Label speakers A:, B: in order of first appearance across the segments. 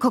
A: こ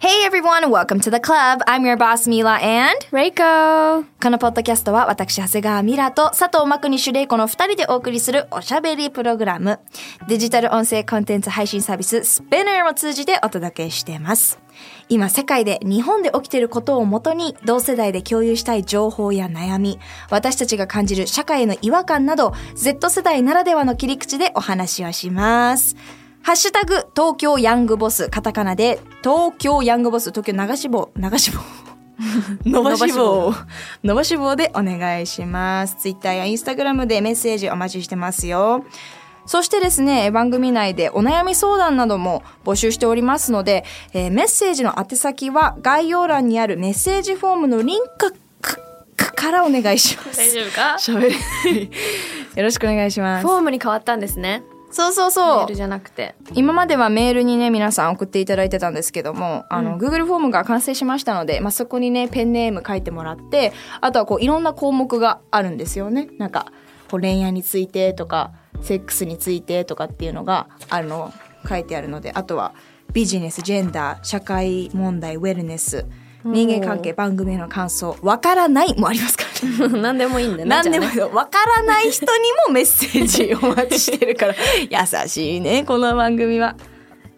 B: Hey everyone, welcome to the club. I'm your boss Mila and Reiko. このポッドキャストは私、長谷川ミラと佐藤真国主玲子の二人でお送りするおしゃべりプログラム。デジタル音声コンテンツ配信サービス Spinner を通じてお届けしています。今世界で日本で起きていることをもとに同世代で共有したい情報や悩み、私たちが感じる社会への違和感など Z 世代ならではの切り口でお話をします。ハッシュタグ、東京ヤングボス、カタカナで、東京ヤングボス、東京流し棒、流し棒。 伸ばし棒。伸ばし棒でお願いします。ツイッターやインスタグラムでメッセージお待ちしてますよ。そしてですね、番組内でお悩み相談なども募集しておりますので、えーメッセージの宛先は概要欄にあるメッセージフォームのリンクかかからお願いします。
C: 大丈夫か
B: 夫喋れない。よろしくお願いします
C: フ。ォームに変わったんですね
B: そうそう
C: メ
B: そう
C: ール。じゃなくて
B: 今まではメールにね皆さん送っていただいてたんですけども、あの Google フォームが完成しましたので、まあ、そこにねペンネーム書いてもらってあとはこういろんな項目があるんですよねなんかこう恋愛についてとかセックスについてとかっていうのがあの書いてあるのであとはビジネスジェンダー社会問題ウェルネス人間関係番組への感想わからないもありますからね
C: 何でもいいんだね
B: なんでも
C: じゃあね
B: わからない人にもメッセージお待ちしてる から優しいねこの番組は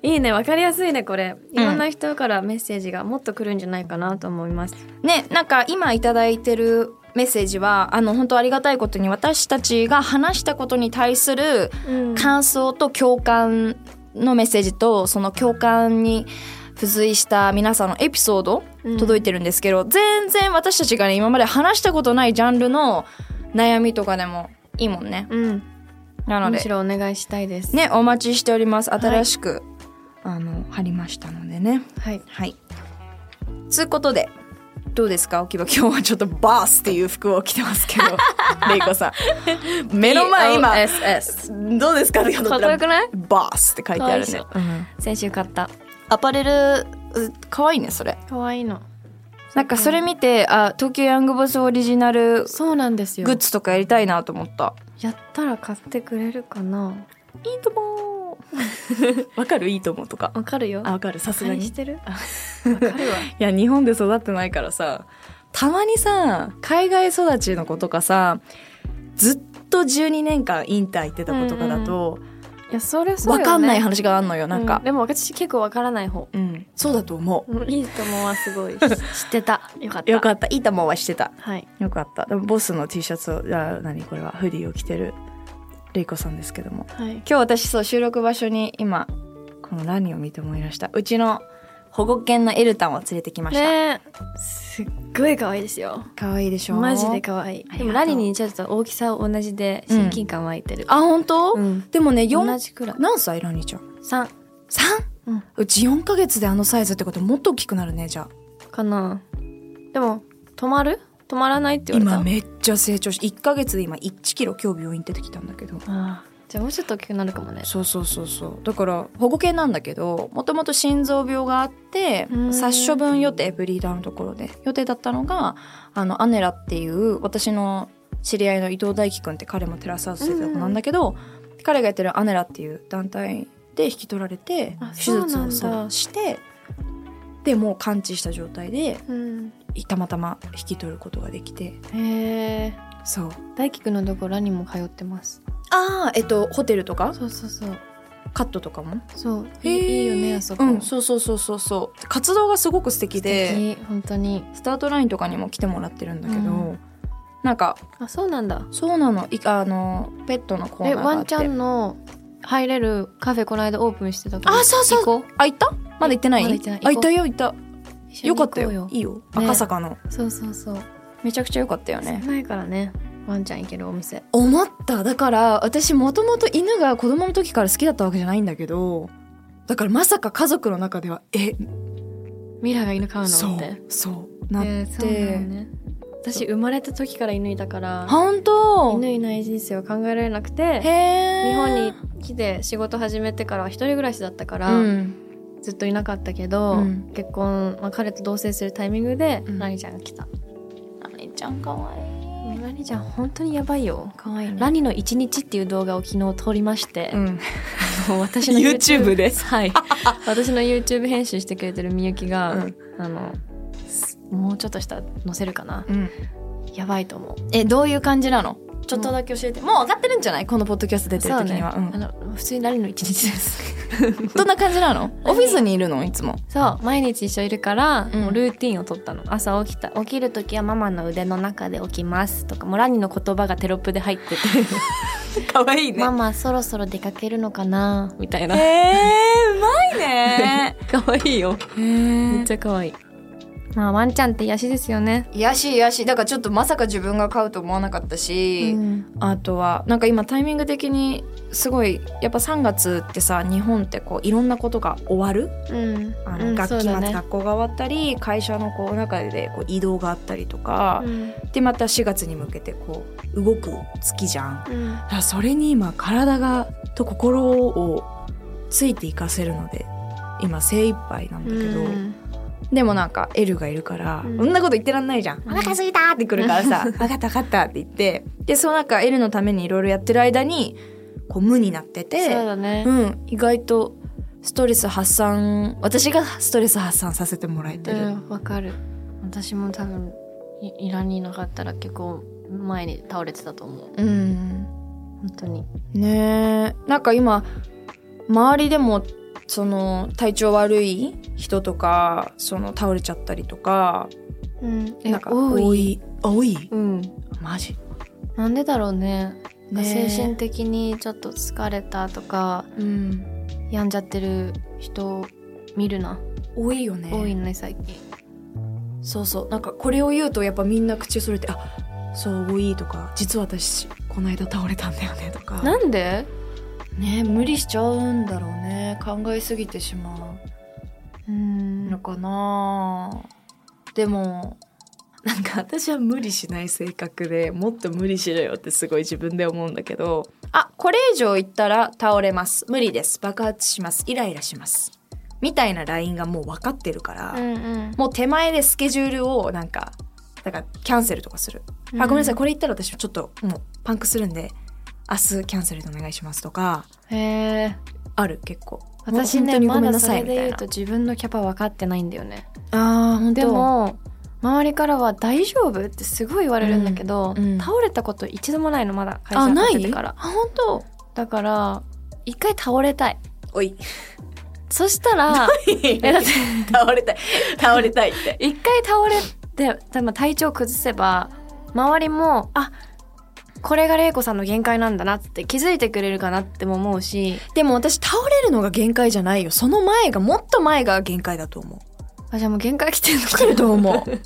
B: い
C: いねわかりやすいねこれいろんな人からメッセージがもっと来るんじゃないかなと思います、
B: ねなんか今いただいてるメッセージはあの本当ありがたいことに私たちが話したことに対する
C: うん
B: 感想と共感のメッセージとその共感に付随した皆さんのエピソード
C: うん
B: 届いてるんですけど、全然私たちがね今まで話したことないジャンルの悩みとかでもいいもんね。
C: うん
B: なの
C: む
B: で
C: しろお願いしたいです
B: ねお待ちしております
C: い
B: 新しく、あの貼りましたのでね
C: はい
B: はいつうことでどうですか沖場今日はちょっとバースっていう服を着てますけ どレイコさん目の前今
C: BOSS
B: どうですかって言うと
C: かっこよくない
B: バースって書いてあるね
C: か先週買った
B: アパレル可愛いねそれ
C: 可愛いの
B: なんかそれ見てあ東京ヤングボスオリジナル
C: そうなんですよ
B: グッズとかやりたいなと思った
C: やったら買ってくれるかない
B: いとも わかるいいともとか
C: わかるよ
B: わかるさす
C: 何してるわかるわ
B: いや日本で育ってないからさたまにさ海外育ちの子とかさずっと12年間インター行ってた子とかだと、
C: いやそれそうよ
B: わ
C: ね
B: かんない話があんのよなん
C: う
B: か、
C: でも私結構わからない方
B: うんそうだと思
C: うん いいともはすごい 知ってたよかっ
B: う
C: た
B: よかったいいともはしてた
C: はい
B: よかったでもボスの T シャツをあ何これはフディを着てるレイコさんですけども
C: はい
B: 今日私そう収録場所に今この何を見て思い出したうちの保護犬のエルタンを連れてきました、
C: ねえすっごい可愛いですよ
B: 可愛いでしょ
C: マジで可
B: あ
C: 愛い
B: りがと
C: で
B: う
C: もラニにちょっと大きさ同じで親近感湧いてる、
B: あ本当、
C: うん
B: でもね4
C: 同じくらい
B: 何歳ラニーちゃん
C: 3
B: 3?
C: うん
B: うち4ヶ月であのサイズってこともっと大きくなるねじゃあ
C: かなでも止まる止まらないって言われた
B: 今めっちゃ成長し1ヶ月で今1キロ今日病院出てきたんだけど
C: あーじゃあもうちょっと大きくなるかもね
B: そうそうそうそうだから保護犬なんだけどもともと心臓病があって
C: うん
B: 殺処分予定ブリーダーのところで予定だったのがあのアネラっていう私の知り合いの伊藤大樹くんって彼もテラスハウスでなんだけど、彼がやってるアネラっていう団体で引き取られて
C: あ
B: 手術を
C: そうなんだ
B: してでもう完治した状態で
C: うん
B: たまたま引き取ることができて
C: へえ
B: そう
C: 大輝くんのとこラニも通ってます
B: ああえっとホテルとか
C: そうそうそう
B: カットとかも
C: そうい
B: へー
C: いいいよねあそこ、
B: うん
C: 素
B: そうそうそうそうそう活動がすごく素敵で
C: 敵本当に
B: スタートラインとかにも来てもらってるんだけど、
C: うん
B: なんか
C: あそうなんだ
B: そうなのいあのペットのコー
C: え
B: ナーが
C: ワ
B: あ
C: ン
B: っ
C: ち
B: て
C: ゃんの入れるカフェこの間オープンしてたから
B: あそうそう
C: 行こ
B: あ行ったまだ行ってない
C: まだ行ってない
B: あ行ったよ行った
C: う一緒
B: よ
C: に
B: か
C: 行
B: っ
C: こ
B: た
C: う
B: よいいよ、赤坂の
C: そうそうそう
B: めちゃくちゃ良かったよね
C: ないからねワンちゃん行けるお店
B: 思っただから私もともと犬が子供の時から好きだったわけじゃないんだけどだからまさか家族の中ではえ
C: ミラが犬飼うの
B: そ
C: って
B: うそうなって、
C: えーそうなのね私生まれた時から犬いたから
B: 本当
C: 犬いない人生は考えられなくて
B: え
C: 日本に来て仕事始めてからは一人暮らしだったから、
B: うん
C: ずっといなかったけど、
B: うん
C: 結婚、まあ、彼と同棲するタイミングで、
B: うん
C: ラニちゃんが来た
B: ラニちゃんかわい
C: ラニちゃん本当にやばいよ
B: かわいい
C: ラニの一日っていう動画を昨日撮りまして、
B: うん
C: もう 私の
B: YouTube で
C: はい私の YouTube 編集してくれてるみゆきが、
B: うん
C: あのすもうちょっとしたら載せるかな
B: うん
C: やばいと思う
B: えどういう感じなのちょっとだけ教えて、もう上がってるんじゃないこのポッドキャスト出てる時には、
C: そうねあの普通にラニの一日です
B: うんどんな感じな のオフィスにいるのいつも
C: そう毎日一緒いるから、
B: うん
C: もうルーティンを撮ったの朝起きた起きる時はママの腕の中で起きますとかもうラニの言葉がテロップで入って て
B: かわいい
C: ママそろそろ出かけるのかなみたい
B: え
C: な
B: ー、うまい ね
C: 可愛いよ
B: へ
C: め
B: え
C: っちゃ可愛いまあワンちゃんって癒しですよね、
B: 癒やしい癒やしいだからちょっとまさか自分が買うと思わなかったし、
C: うん
B: あとはなんか今タイミング的にすごいやっぱ3月ってさ日本ってこういろんなことが終わる
C: うん
B: あの、
C: うん
B: 学期
C: そう
B: 末、
C: だね
B: 学校が終わったり会社のこう中でこう移動があったりとか
C: う、ん
B: でまた4月に向けてこう動く月じゃん。
C: うん
B: だからそれに今体がと心をついていかせるので今精一杯なんだけど、
C: うん
B: でもなんかエルがいるから、
C: うん
B: こんなこと言ってらんないじゃん。
C: ん
B: お腹すいたってくるからさ、 分かった分かったって言って、で、そのなんかエルのためにいろいろやってる間に、こう無になってて、
C: そうだね、
B: うん、意外とストレス発散、私がストレス発散させてもらえて
C: う
B: る。
C: んわかる私も多分いイランにいなかったら結構前に倒れてたと思う
B: うん
C: 本当に
B: ねえなんか今周りでもその体調悪い人とかその倒れちゃったりとか
C: うん
B: なんか多いあ多い
C: うん
B: マジ
C: なんでだろうねなんか
B: ね
C: 精神的にちょっと疲れたとか
B: うん
C: 病んじゃってる人を見るな、
B: 多いよね
C: 多いね最近
B: そうそうなんかこれを言うとやっぱみんな口をそれてあそう多いとか実は私この間倒れたんだよねとか
C: なんで
B: ね無理しちゃうんだろうね考えすぎてしまう
C: うん
B: のかなでもなんか私は無理しない性格でもっと無理しろよってすごい自分で思うんだけどあこれ以上言ったら倒れます無理です爆発しますイライラしますみたいなラインがもう分かってるから、
C: うんうん
B: もう手前でスケジュールをなんかだからキャンセルとかする、あごめんなさいこれ言ったら私ちょっともうパンクするんで明日キャンセルでお願いしますとか
C: いへー
B: ある結構
C: 私
B: もう本当
C: ね
B: に
C: ま
B: ごめん
C: だ
B: な
C: そ
B: さい
C: れ
B: み
C: で
B: た
C: 言
B: いうな
C: と自分のキャパ分かってないんだよね
B: あー本当
C: でも周りからは「大丈夫?」ってすごい言われるんだけど、
B: うんうん
C: 倒れたこと一度もないのまだ会
B: あ
C: 社
B: な
C: 立て
B: い
C: てから
B: あ本当
C: だから一回倒れたい
B: おい
C: そしたら えだって
B: 倒れたい倒れたいって
C: 一回倒れてでも体調崩せば周りもあこれが玲子さんの限界なんだなって気づいてくれるかなっても思うし
B: でも私倒れるのが限界じゃないよその前がもっと前が限界だと思う
C: あじゃあもう限界来てるの
B: 来
C: か
B: てると思 う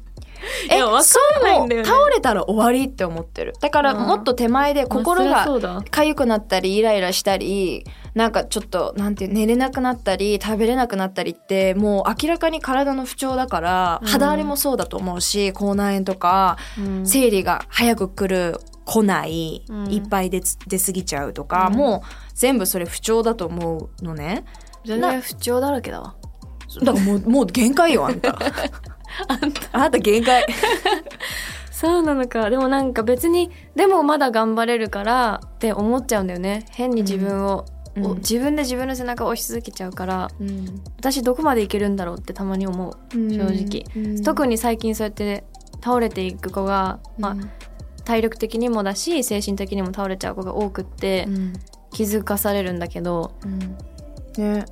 B: え
C: やわか
B: そう
C: ない
B: も
C: んだよ
B: う
C: ね
B: 倒れたら終わりって思ってるだから
C: うん
B: もっと手前で心が
C: そうだ
B: 痒くなったりイライラしたりなんかちょっとなんていう寝れなくなったり食べれなくなったりってもう明らかに体の不調だから
C: うん
B: 肌荒れもそうだと思うし口内炎とか
C: うん
B: 生理が早く来る来ない、
C: うん
B: いっぱい出つ出過ぎちゃうとか、
C: うん
B: もう全部それ不調だと思うのね
C: 全然不調だらけだわ
B: だからもうもう限界よあん たあなた限界
C: そうなのかでもなんか別にでもまだ頑張れるからって思っちゃうんだよね変に自分を、
B: うん
C: お
B: うん
C: 自分で自分の背中を押し続けちゃうから私どこまでいけるんだろうってたまに思う、
B: 正
C: 直特に最近そうやって倒れていく子が、まあ、体力的にもだし精神的にも倒れちゃう子が多くって、気づかされるんだけど
B: ね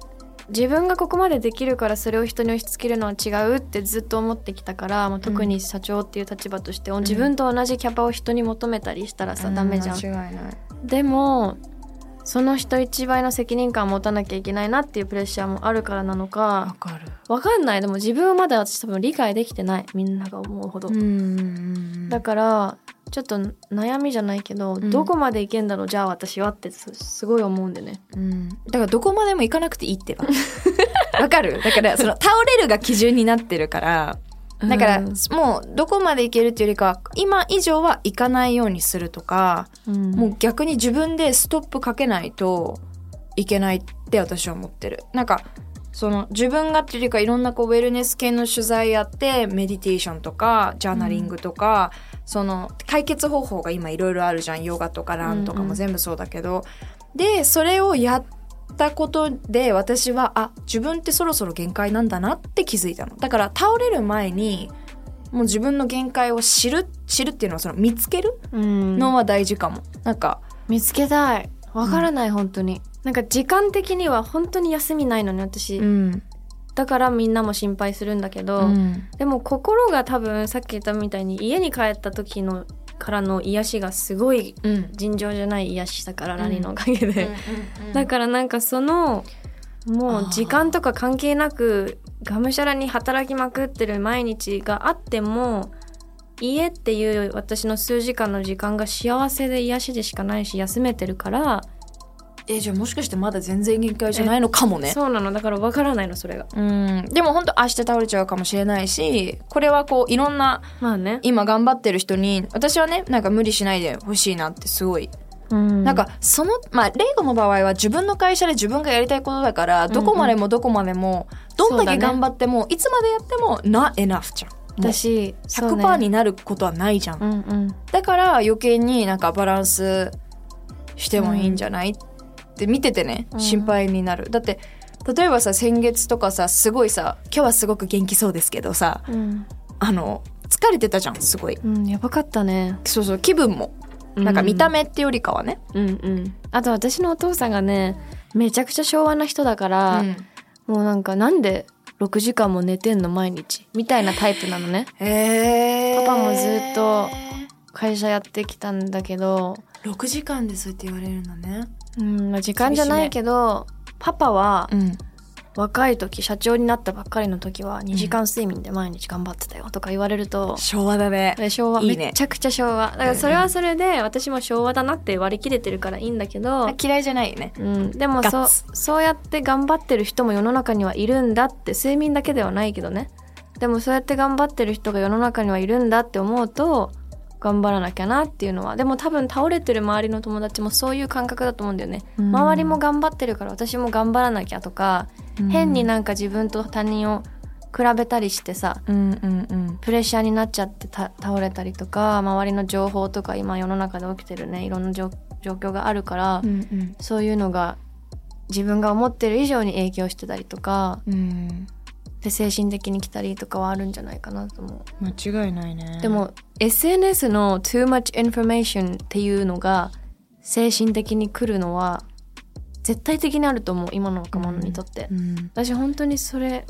C: 自分がここまでできるからそれを人に押し付けるのは違うってずっと思ってきたから、まあ、特に社長っていう立場として、自分と同じキャパを人に求めたりしたらさ、ダメじゃん
B: 間違いない
C: でもその人一倍の責任感を持たなきゃいけないなっていうプレッシャーもあるからなの
B: わ
C: か
B: かる
C: わかんないでも自分はまだ私多分理解できてないみんなが思うほど、
B: ん
C: だからちょっと悩みじゃないけど、
B: ん
C: どこまでいけんだろうじゃあ私はってすすごい思うんでね
B: うんだからどこまでも行 かなくていいってばわかるだからその倒れるが基準になってるからだから、
C: うん
B: もうどこまでいけるっていうよりかは今以上は行かないようにするとか、もう逆に自分でストップかけないといけないって私は思ってる。なんかその自分がっていうかいろんなこうウェルネス系の取材やってメディテーションとかジャーナリングとか、その解決方法が今いろいろあるじゃんヨガとかランとか
C: うんう
B: も
C: ん
B: 全部そうだけど、でそれをやったことで私はあ自分ってそろそろ限界なんだなって気づいたのだから倒れる前にもう自分の限界を知る知るっていうのはその見つける
C: うん
B: のは大事かも、なんか
C: 見つけたいわからない、本当になんか時間的には本当に休みないのね私、
B: ん、
C: だからみんなも心配するんだけど、
B: うん
C: でも心が多分さっき言ったみたいに家に帰った時のからの癒しがすごい
B: うん
C: 尋常じゃない癒しだから、ラニのおかげで、 だからなんかそのも
B: あー
C: う時間とか関係なくがむしゃらに働きまくってる毎日があっても家っていう私の数時間の時間が幸せで癒しでしかないし休めてるから、
B: えじゃあもしかしてまだ全然限界じゃないのかもね
C: そうなのだからわからないのそれが
B: うん、でも本当明日倒れちゃうかもしれないしこれはこういろんな
C: まあね、
B: 今頑張ってる人に私はねなんか無理しないでほしいなってすごいな
C: なん
B: かそのまあレイゴの場合は自分の会社で自分がやりたいことだからどこまでもどこまでもどんだけ頑張ってもいつまでやってもな enough じゃん。もう
C: 私そうね
B: 100%になることはないじゃん、
C: うんうん
B: だから余計になんかバランスしてもいいんじゃない、って見ててね
C: うん
B: 心配になる、だって例えばさ先月とかさすごいさ今日はすごく元気そうですけどさ
C: うん、
B: あの疲れてたじゃんすごい
C: うん、やばかったね
B: そうそう気分もなんか見た目ってよりかはね、
C: うんうんあと私のお父さんがねめちゃくちゃ昭和な人だから、もうなんかなんで6時間も寝てんの毎日みたいなタイプなのね
B: え
C: パパもずっと会社やってきたんだけど、
B: 6時間でそうやって言われるんだね
C: うんまあ、時間じゃないけどパパは
B: うん
C: 若い時社長になったばっかりの時は2時間睡眠で毎日頑張ってたよとか言われると、
B: 昭和だね
C: で昭和
B: いいね
C: めちゃくちゃ昭和だからそれはそれで私も昭和だなって割り切れてるからいいんだけど、
B: 嫌いじゃないよね
C: うん、でもそ
B: ガッ
C: う
B: ツ
C: そうやって頑張ってる人も世の中にはいるんだって睡眠だけではないけどねでもそうやって頑張ってる人が世の中にはいるんだって思うと頑張らなきゃなっていうのはでも多分倒れてる周りの友達もそういう感覚だと思うんだよね、
B: うん
C: 周りも頑張ってるから私も頑張らなきゃとか、変になんか自分と他人を比べたりしてさ
B: うんうんうん
C: プレッシャーになっちゃってた倒れたりとか周りの情報とか今世の中で起きてるねいろんな状状況があるから、
B: うんうん
C: そういうのが自分が思ってる以上に影響してたりとか
B: うん
C: で精神的に来たりとかはあるんじゃないかなと思う、
B: 間違いないね
C: でも SNS の too much information っていうのが精神的に来るのは絶対的にあると思う今の若者にとって、
B: うん
C: 私本当にそれ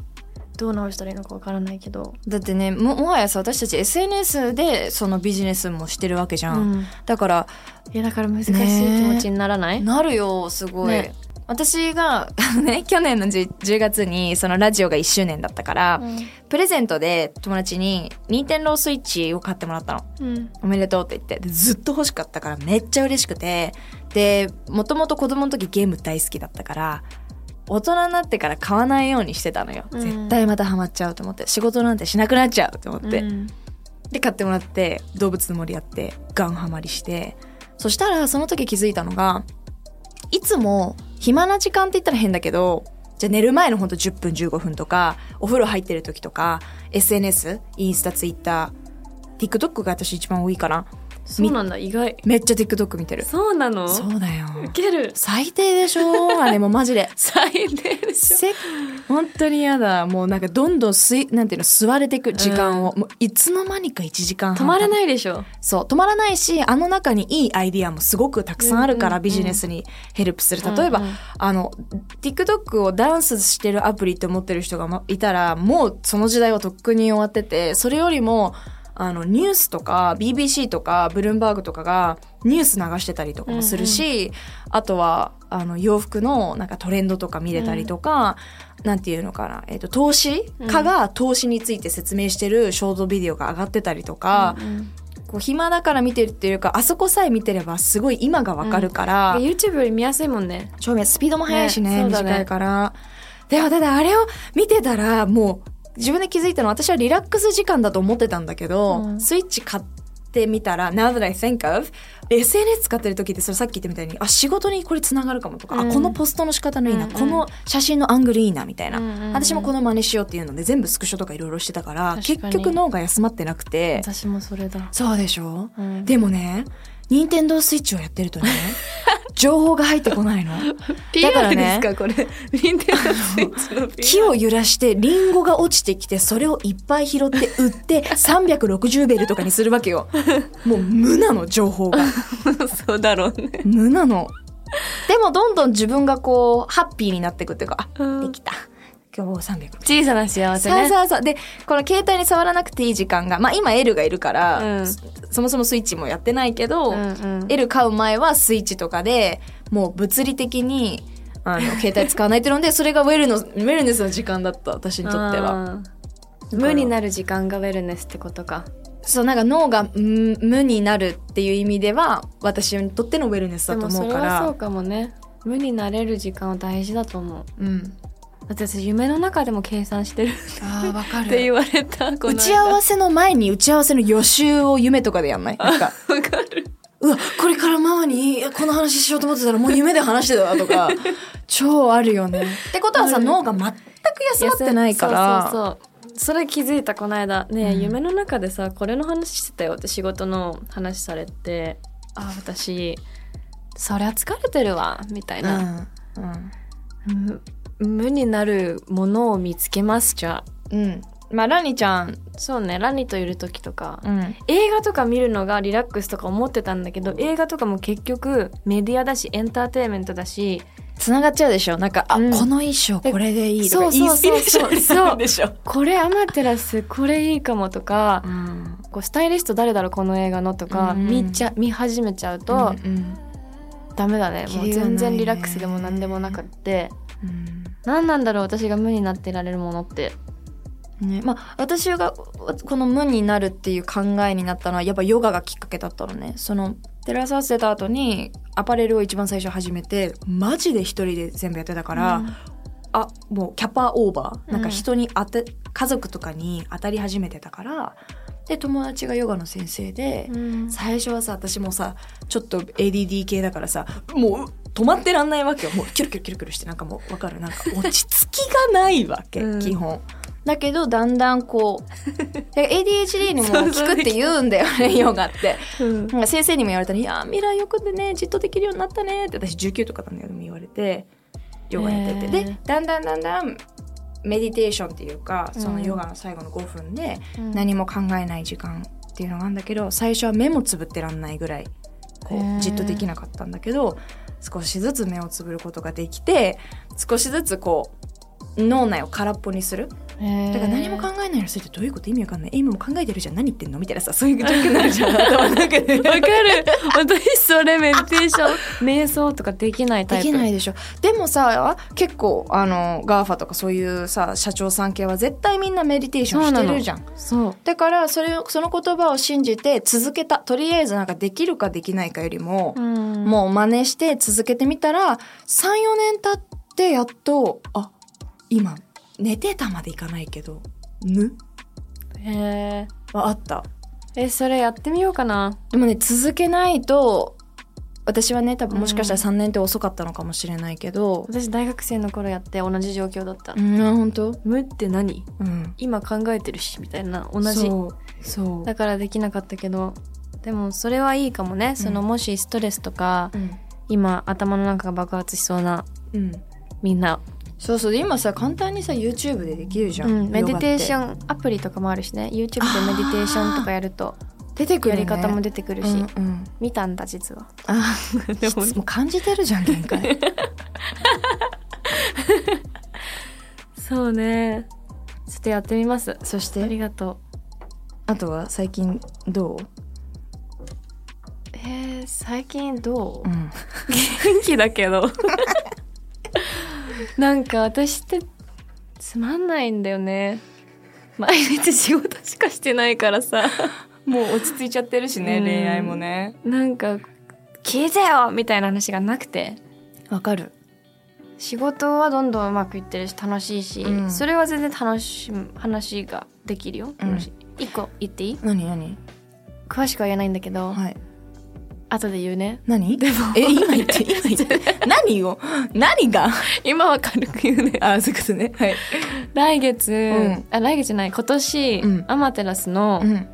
C: どう直したらいいのかわからないけど、
B: だってねももはやさ私たち SNS でそのビジネスもしてるわけじゃん、
C: うん
B: だから
C: いやだから難しい気
B: ねえ
C: 持ちにならない、
B: なるよすごい、
C: ね
B: 私が ね去年の 10, 10月にそのラジオが1周年だったから、プレゼントで友達に任天堂スイッチを買ってもらったの
C: うん
B: おめでとうって言ってでずっと欲しかったからめっちゃ嬉しくてでもともと子供の時ゲーム大好きだったから大人になってから買わないようにしてたのよ、
C: うん
B: 絶対またハマっちゃうと思って仕事なんてしなくなっちゃうと思って、
C: うん
B: で買ってもらって動物の森やってガンハマりしてそしたらその時気づいたのがいつも暇な時間って言ったら変だけどじゃあ寝る前のほんと10分15分とかお風呂入ってる時とか SNS インスタツイッター TikTok が私一番多いかな
C: そうなんだ意外
B: めっちゃ TikTok 見てる
C: そうなの
B: そうだよ
C: ウケる
B: 最低でしょあれもうマジで
C: 最低でしょ
B: せ本当に嫌だもうなんかどんどんすいなんていうの吸われていく時間を、もういつの間にか1時間
C: 止
B: 半
C: まらないでしょ
B: そう止まらないしあの中にいいアイディアもすごくたくさんあるから、
C: うんうんうん
B: ビジネスにヘルプする例えば、
C: うんうん
B: あの TikTok をダンスしてるアプリって思ってる人がまいたらもうその時代はとっくに終わっててそれよりもあのニュースとか BBC とかブルームバーグとかがニュース流してたりとかもするし、あとはあの洋服のなんかトレンドとか見れたりとか、なんていうのかな、えっと投資家が投資について説明してるショートビデオが上がってたりとか、
C: うん
B: こう暇だから見てるっていうかあそこさえ見てればすごい今がわかるから、
C: で YouTube より見やすいもんね
B: 正面スピードも速いしね
C: ねそうだね
B: 短いからでもただあれを見てたらもう自分で気づいたのは私はリラックス時間だと思ってたんだけど、
C: うん
B: スイッチ買ってみたら Now that I think of SNS 使ってる時ってそれさっき言ったみたいにあ仕事にこれつながるかもとか、
C: うん
B: あこのポストの仕方のいいな、
C: うんうん
B: この写真のアングルいいなみたいな、
C: うんうんうん
B: 私もこの真似しようっていうので全部スクショとかいろいろしてたから
C: 確
B: 結
C: かに
B: 局脳が休まってなくて
C: 私もそれだ、
B: そうでしょ
C: うん
B: でもね任天堂スイッチをやってる とね情報が入ってこ ないの。だからね
C: PR ですかこ れ任天堂スイッチの PR
B: 木を揺らしてリンゴが落ちてきてそれをいっぱい拾って売って360ベルとかにするわけよもう無なの情報が
C: そうだろうね、
B: 無なのでもどんどん自分がこうハッピーになっていくっていうかあできた今日360
C: 小さな幸せ
B: そう
C: ね
B: そうそうでこの携帯に触らなくていい時間がまあ今 L がいるから、
C: うん
B: そそもそもスイッチもやってないけど、
C: うんうん
B: L 買う前はスイッチとかでもう物理的に あの携帯使わないっていうのでそれがウェルのウェルネスの時間だった私にとっては。
C: あー無になる時間がウェルネスってことか
B: そうなんか脳が無無になるっていう意味では私にとってのウェルネス
C: で
B: だと思
C: もそうれ
B: か
C: はそう
B: ら
C: かもね無になれる時間は大事だと思う
B: うん
C: だって私夢の中でも計算してるっ
B: あーわか
C: て言われたこの間
B: 打ち合わせの前に打ち合わせの予習を夢とかでやんないなんか
C: わかる
B: うわこれからママにいやこの話しようと思ってたらもう夢で話してたわと か超あるよねってことはさ脳が全く休まってないから
C: そうそうそうそれ気づいたこの間ねえ、
B: うん
C: 夢の中でさこれの話してたよって仕事の話されてあ私そりゃ疲れてるわみたいな、む無になるものを見つけますじゃあ
B: うん、うん、まあラニちゃん、
C: そうねラニといる時とか、
B: うん、
C: 映画とか見るのがリラックスとか思ってたんだけど映画とかも結局メディアだしエンターテインメントだし
B: つながっちゃうでしょなんかあ、
C: うん
B: この衣装これでいいとか
C: そうそうそうそう
B: インスピレーションになるでしょ
C: これアマテラスこれいいかもとかこうスタイリスト誰だろうこの映画のとか、
B: うん
C: 見ちゃ見始めちゃうと、
B: うんうん
C: ダメだねも
B: キ
C: う
B: リがないね
C: 全然リラックスでも何でもなくって何なんだろう私が無になってられるものって
B: ね、まあ私がこの無になるっていう考えになったのはやっぱヨガがきっかけだったのねそのテラス合わせた後にアパレルを一番最初始めてマジで一人で全部やってたから、あもうキャパオーバーなんか人に当て、家族とかに当たり始めてたからで友達がヨガの先生で、
C: うん
B: 最初はさ私もさちょっと ADD 系だからさもう止まってらんないわけよもうキュルキュルキュルキュルしてなんかもうわかるなんか落ち着きがないわけ、
C: うん
B: 基本だけどだんだんこ うだから ADHD にも効くって言うんだよねヨガって
C: うん
B: なんか先生にも言われたら「いやーミラよくでねじっとできるようになったね」って私19とかなんだけども言われてヨガやってて、
C: へー
B: でだんだんだんだんメディテーションっていうかそのヨガの最後の5分で何も考えない時間っていうのがあるんだけど最初は目もつぶってらんないぐらいこ
C: へー
B: うじっとできなかったんだけど少しずつ目をつぶることができて少しずつこう脳内を空っぽにするだから何も考えないのそれってどういうこと意味わかんないえ今も考えてるじゃん何言ってんのみたいなさそういう状況になるじゃん頭の 中で
C: えわかる私それメディテーション瞑想とかできないタ
B: で
C: イプ
B: きないいでしょでもさ結構あの GAFA とかそういうさ社長さん系は絶対みんなメディテーションしてるじゃん
C: そう
B: だからそれをその言葉を信じて続けたとりあえずなんかできるかできないかよりも、
C: も
B: もう真似して続けてみたら34年経ってやっとあ今寝てたまでいかないけど「ぬ
C: うんへー」
B: はあった
C: えそれやってみようかな
B: でもね続けないと私はね多分もしかしたら3年って遅かったのかもしれないけど、
C: 私大学生の頃やって同じ状況だった
B: うん、本当
C: 無って何
B: うん
C: 今考えてるしみたいな同じ
B: そうそう
C: だからできなかったけどでもそれはいいかもねその
B: うん
C: もしストレスとか、
B: うん
C: 今頭の中が爆発しそうな
B: うん
C: みんな、
B: そうそうで今さ簡単にさ YouTube でできるじゃん、
C: うんメディテーシ
B: ン
C: ョンアプリとかもあるしね YouTube でメディテーションとかやると
B: 出てく
C: や
B: る、
C: り
B: ね、
C: 方も出てくるし、
B: うんうん
C: 見たんだ実は
B: あ
C: でも
B: もう感じてるじゃん限界
C: そうねちょっとやってみます
B: そし
C: あり
B: て
C: がとう
B: あとは最近ど
C: えー、最近どう
B: う、ん、
C: 元気だけど なんか私ってつまんないんだよね毎日仕事しかしてないからさ
B: もう落ち着いちゃってるし
C: ね恋愛も
B: ね
C: なんか「聞いてよ!」みたいな話がなくて
B: わかる
C: 仕事はどんどんうまくいってるし楽しいし、
B: うん
C: それは全然楽しむ話ができるよ、
B: うん
C: 一個言っていい
B: 何何
C: 詳しくは言えないんだけど、
B: はい
C: 後で言うね
B: 何でもえ今言って今言って 何を何が
C: 今は軽く言うね
B: あそういうことねはい
C: 来月、
B: ん
C: あ来月じゃない今年、
B: うん
C: アマテラスの
B: うん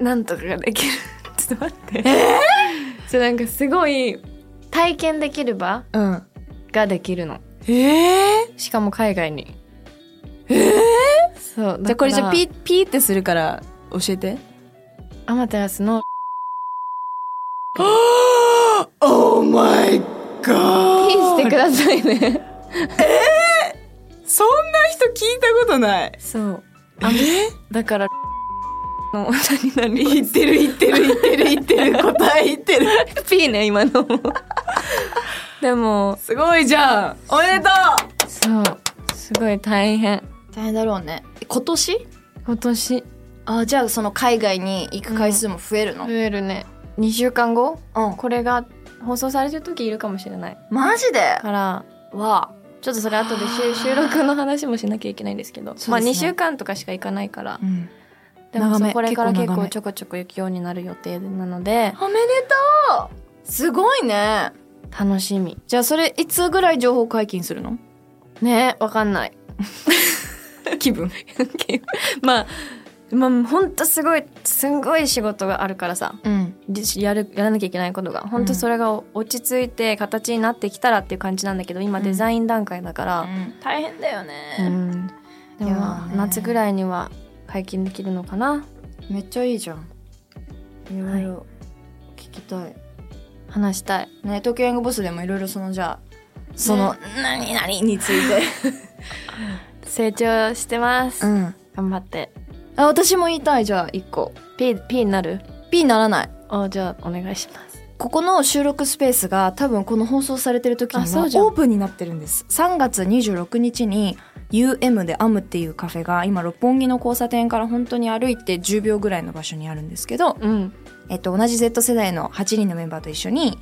C: なんとかができるちょっと待ってえそうなんかすごい体験できる場
B: うん
C: ができるの
B: ええ
C: しかも海外にええそう
B: じゃあこれじゃあピ
C: ー
B: ーピーってするから教えて
C: アマテラスの
B: オーマイ
C: ピ
B: ガ
C: ーしてくださいね
B: そんな人聞いたことない
C: そう
B: え
C: だから の 何々
B: 言ってる言ってる言ってる言ってる答え言ってる
C: P ね今のも でも
B: すごいじゃんおめでとう
C: そうすごい大変
B: 大変だろうね今年
C: 今年
B: あじゃあその海外に行く回数も増えるの、
C: 増えるね2週間後
B: うん
C: これが放送されてる時いるかもしれない
B: マジで
C: から
B: わ
C: ちょっとそれ後で収収録の話もしなきゃいけないんですけど
B: すね
C: まあ2週間とかしか行かないから
B: あ、うん、
C: でも
B: 長
C: そう
B: め
C: これから
B: 結
C: 結
B: 構長め
C: 構ちょこちょこ行くようになる予定なので
B: おめでとうすごいね
C: 楽しみ
B: じゃあそれいつぐらい情報解禁するの
C: ねわかん ない
B: 気分
C: まあまあほんとすごいすんごい仕事があるからさ
B: うん
C: でやるやらなきゃいけないことが本当それがお落ち着いて形になってきたらっていう感じなんだけど今
B: うん
C: デザイン段階だから、
B: 大変だよね
C: うんで
B: い
C: もまあ
B: やーね
C: 夏ぐらいには解禁できるのかな
B: めっちゃいいじゃんいろいろ聞きたい、
C: 話したい
B: ね東京ヤングボスでもいろいろそのじゃあその、何何につい て
C: 成長してます、
B: ん
C: 頑張って
B: あ私も言いたいじゃあ一個
C: P, P になる
B: P にならない
C: あじゃあお願いします
B: ここの収録スペースが多分この放送されてる時に
C: あそうじ
B: は
C: ゃん
B: オープンになってるんです3月26日に UM でアムっていうカフェが今六本木の交差点から本当に歩いて10秒ぐらいの場所にあるんですけど
C: うん
B: えっと、同じ Z 世代の8人のメンバーと一緒に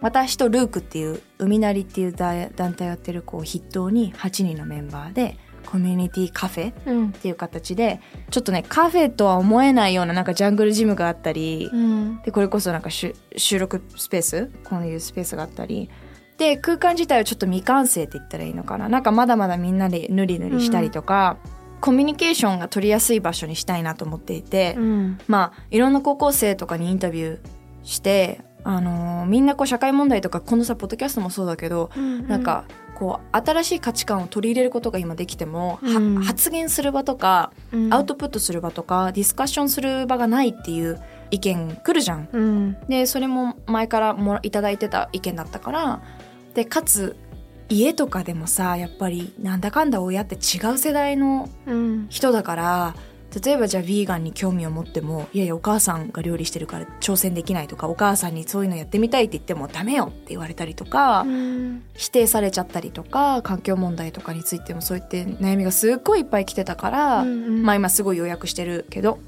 B: 私とルークっていう海なりっていう団団体をやってる子を筆頭に8人のメンバーでコミュニティカフェっ
C: うん
B: ていう形でちょっとねカフェとは思えないようななんかジャングルジムがあったり、
C: うん
B: でこれこそなんか収収録スペースこういうスペースがあったりで空間自体はちょっと未完成って言ったらいいのかななんかまだまだみんなでぬりぬりしたりとか、コミュニケーションが取りやすい場所にしたいなと思っていて。
C: うん
B: まあ、いろんな高校生とかにインタビューして、あのーみんなこう社会問題とかこのさポッドキャストもそうだけど、なんかこう新しい価値観を取り入れることが今できても、は
C: うん
B: 発言する場とか、
C: うん
B: アウトプットする場とかディスカッションする場がないっていう意見来るじゃん。
C: うん
B: でそれも前からもらいただいてた意見だったからでかつ家とかでもさやっぱりなんだかんだ親って違う世代の
C: うん
B: 人だから例えばじゃあヴィーガンに興味を持ってもいやいやお母さんが料理してるから挑戦できないとかお母さんにそういうのやってみたいって言ってもダメよって言われたりとか、
C: うん
B: 否定されちゃったりとか環境問題とかについてもそういって悩みがすっごいいっぱい来てたから、
C: うん
B: まあ今すごい予約してるけど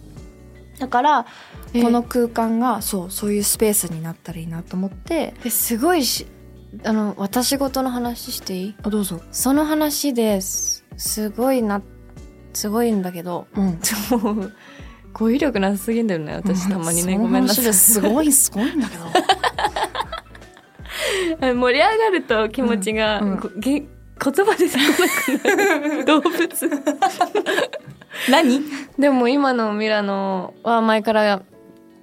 B: だから
C: え
B: この空間がそうそういうスペースになったらいいなと思って
C: えすごいしあの私事の話していい
B: あどうぞ
C: その話ですすごいなすごいんだけ ど
B: うん
C: ちょもう語彙力なさすぎんだよね私たまにね
B: その
C: ごめんなさ
B: 話で
C: い
B: すごいすごいんだけど
C: 盛り上がると気持ちが、
B: うんうん
C: こげ言葉で出てこなくなる動物
B: 何
C: でも今のミラノは前から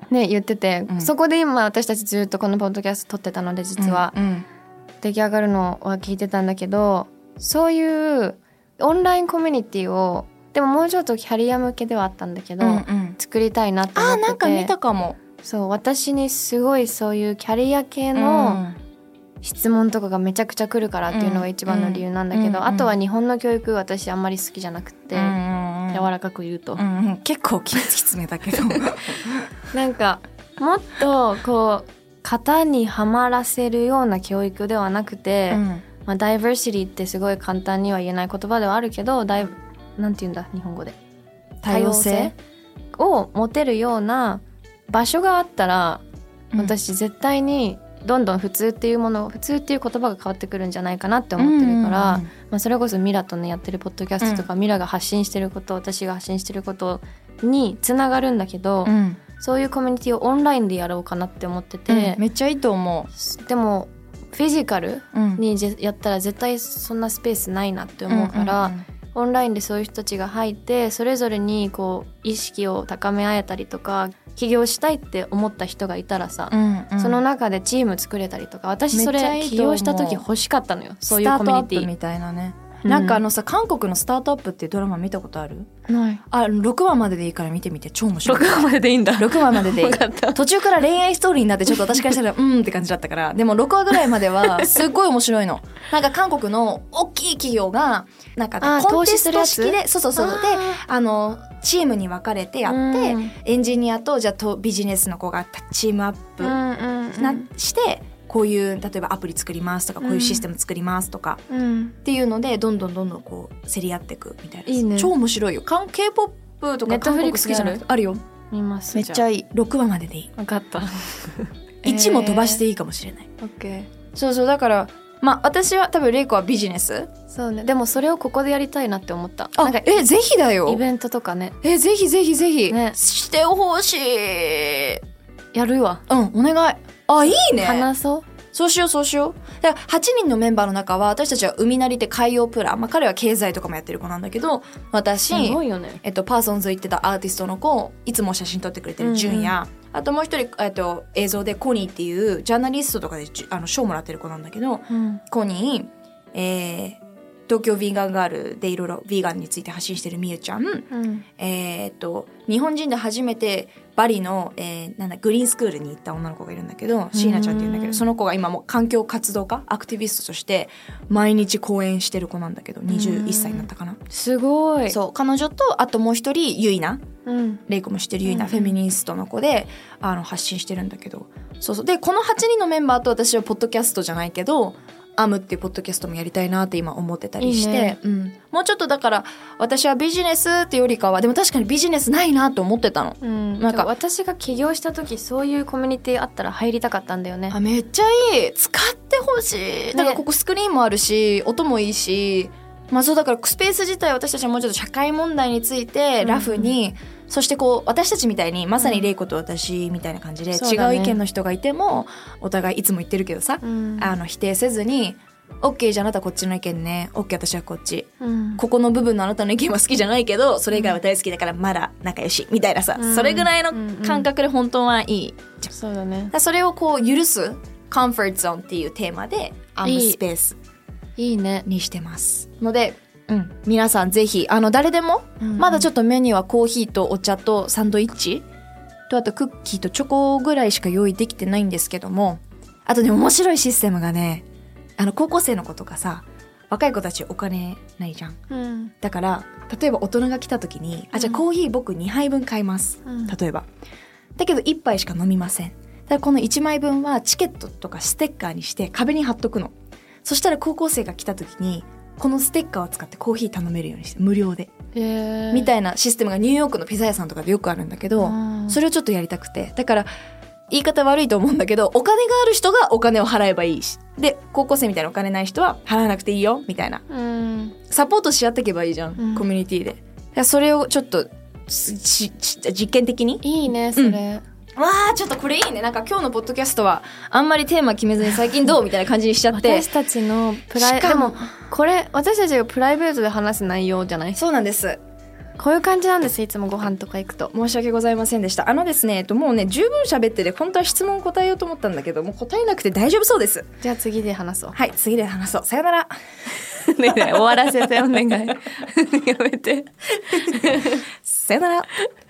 C: ね言ってて、
B: うん
C: そこで今私たちずっとこのポッドキャスト撮ってたので 実は、
B: うん
C: 出来上がるのは聞いてたんだけどそういうオンラインコミュニティをでももうちょっとキャリア向けではあったんだけ
B: う
C: ど、
B: んうん
C: 作りたいなって思
B: あー
C: ってて
B: なんか見たかも
C: そう私にすごいそういうキャリア系
B: う
C: の
B: ん
C: 質問とかがめちゃくちゃ来るからっていうのが一番の理由なんだけど、
B: うんうん
C: あとは日本の教育私あんまり好きじゃなくて、
B: うんうんうん
C: 柔らかく言うと、
B: うんうん結構きつきつめだけど
C: なんかもっとこう型にはまらせるような教育ではなくて、
B: うん
C: まあ、ダイバーシティってすごい簡単には言えない言葉ではあるけどだいなんて言うんだ日本語で
B: 多様性
C: 多様性を持てるような場所があったら、
B: うん
C: 私絶対にどんどん普通っていうもの普通っていう言葉が変わってくるんじゃないかなって思ってるから、
B: うんうんうん
C: まあ、それこそミラとねやってるポッドキャストとか、ミラが発信してること私が発信してることにつながるんだけど、
B: うん
C: そういうコミュニティをオンラインでやろうかなって思ってて、
B: めっちゃいいと思
C: でもフィジカル
B: う、うん
C: にじやったら絶対そんなスペースないなって思うから、
B: んんん
C: オンラインでそういう人たちが入ってそれぞれにこう意識を高め合えたりとか起業したいって思った人がいたらさ、
B: うんうん
C: その中でチーム作れたりとか私
B: めっち
C: そ
B: ゃ
C: れ
B: いい
C: 起
B: と思う
C: 業した時欲しかったのよそういうコミュニテ
B: スタートアップ
C: ィ
B: みたいなね、
C: うん
B: なんかあのさ韓国のスタートアップっていうドラマ見たことある
C: ない
B: あ6話まででいいから見てみて超面白い
C: 録画まででいいんだ
B: 6話まででいい
C: 分かった
B: 途中から恋愛ストーリーになってちょっと私から したらうんって感じだったからでも6話ぐらいまではすっごい面白いのなんか韓国の大きい企業がなんか
C: あ
B: ね
C: ー
B: コンテスト
C: 投資する
B: 式
C: や
B: でそうそうそうであのチームに分かれてやって、
C: うん
B: エンジニアとじゃあとビジネスの子がチームアップ
C: うんうんうん
B: な、してこういう例えばアプリ作りますとかこういうシステム作りますとか、
C: うん
B: っていうのでどんどんどんどんこう競り合っていくみたいなやつ
C: いいね
B: 超面白いよ韓 K-POP とか韓国好
C: Netflix
B: きじゃなくてあるよ
C: 見ます
B: めっちゃいい6話まででいい
C: 分かった
B: 1も飛ばしていいかもしれない、
C: オッケー
B: そうそうだからまあ私は多分レイコはビジネス
C: そうねでもそれをここでやりたいなって思った
B: あ
C: なんか
B: えぜひだ
C: イ
B: よ
C: ベントとかね
B: えぜひぜひぜひ、
C: ね
B: してほしいうん
C: やるわ
B: お願いあいいね
C: 話そう
B: そうしようそうしようだから8人のメンバーの中は私たちは海なりで海洋プラン、まあ、彼は経済とかもやってる子なんだけど私
C: すごいよね
B: えっと、パーソンズ行ってたアーティストの子いつも写真撮ってくれてるジュンや、あともう一人、えっと、映像でコニーっていうジャーナリストとかでじゅあの賞もらってる子なんだけど
C: うん
B: コニー、えー東京ヴィーガンガールでいろいろヴィーガンについて発信してるみゆちゃん、
C: うん
B: えーっと日本人で初めてバリの、えーなんだグリーンスクールに行った女の子がいるんだけど椎名ちゃんっていうんだけ
C: う
B: ど
C: ん
B: その子が今もう環境活動家アクティビストとして毎日講演してる子なんだけど21歳になったかな。
C: すごい
B: そう彼女とあともう一人ゆいな
C: うん
B: レイコも知ってるような
C: うん
B: フェミニストの子で、あの発信してるんだけどそうそうでこの8人のメンバーと私はポッドキャストじゃないけどアムっていうポッドキャストもやりたいなって今思ってたりして
C: いいね
B: うん、もうちょっとだから私はビジネスっていうよりかはでも確かにビジネスないなと思ってたの。
C: うん
B: な
C: なんん
B: か
C: か私が起業した時そういうコミュニティあったら入りたかったんだよね
B: あめっちゃいい使ってほしいだからここスクリーンもあるし、音もいいしまあそうだからスペース自体私たちはもうちょっと社会問題についてラフに、そしてこう私たちみたいにまさにレイコと私みたいな感じで、
C: そう
B: 違
C: だ
B: う意
C: ね
B: 見の人がいてもお互いいつも言ってるけどさ、
C: うん
B: あの否定せずに「OK じゃああなたこっちの意見ね OK 私はこっち」
C: うん
B: ここの部分のあなたの意見は好きじゃないけどそれ以外は大好きだからまだ仲良しみたいなさ、
C: うん
B: それぐらいの感覚で本当はいい
C: そうだね
B: だからそれをこう許すコンフォートゾーンっていうテーマでアーム
C: いい
B: スペース
C: いいね
B: にしてますので、うん、皆さんぜひあの誰でも、
C: うん
B: まだちょっとメニューはコーヒーとお茶とサンドイッチとあとクッキーとチョコぐらいしか用意できてないんですけどもあとね面白いシステムがねあの高校生の子とかさ若い子たちお金ないじゃん
C: うん
B: だから例えば大人が来た時に「あじゃ
C: う
B: あ
C: ん
B: コーヒー僕2杯分買います」
C: うん
B: 例えばだけど1杯しか飲みませんだからこの1枚分はチケットとかステッカーにして壁に貼っとくのそしたら高校生が来た時にこのステッカーを使ってコーヒー頼めるようにして無料で、
C: へー
B: みたいなシステムがニューヨークのピザ屋さんとかでよくあるんだけど、
C: うん
B: それをちょっとやりたくてだから言い方悪いと思うんだけどお金がある人がお金を払えばいいしで高校生みたいなお金ない人は払わなくていいよみたいな
C: うん
B: サポートし合っていけばいいじゃん、
C: うん
B: コミュニティでだからそれをちょっとししし実験的に
C: いいねそれ
B: わあちょっとこれいいねなんか今日のポッドキャストはあんまりテーマ決めずに最近どうみたいな感じにしちゃって
C: 私たちのプラ
B: し
C: イ
B: か
C: で
B: も
C: もこれ私たちがプライベートで話す内容じゃない
B: そうなんです
C: こういう感じなんですいつもご飯とか行くと
B: 申し訳ございませんでしたあのですね、えっと、もうね十分喋ってて本当は質問答えようと思ったんだけどもう答えなくて大丈夫そうです
C: じゃあ次で話そう
B: はい次で話そうさよな ら
C: ねえねえ終わらせてお願いやめて
B: さよなら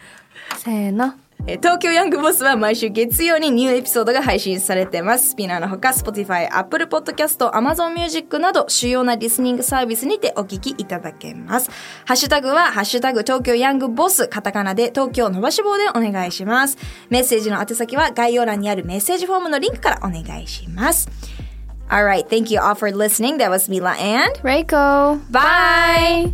C: せーの
B: えー東京ヤングボスは毎週月曜にニューエピソードが配信されてます。スピナーのほか、Spotify、Apple Podcast、Amazon Music など主要なリスニングサービスにてお聞きいただけます。ハッシュタグは、ハッシュタグ東京ヤングボス、カタカナで東京伸ばし棒でお願いします。メッセージの宛先は概要欄にあるメッセージフォームのリンクからお願いします。Alright, thank you all for listening. That was Mila and
C: Reiko
B: bye!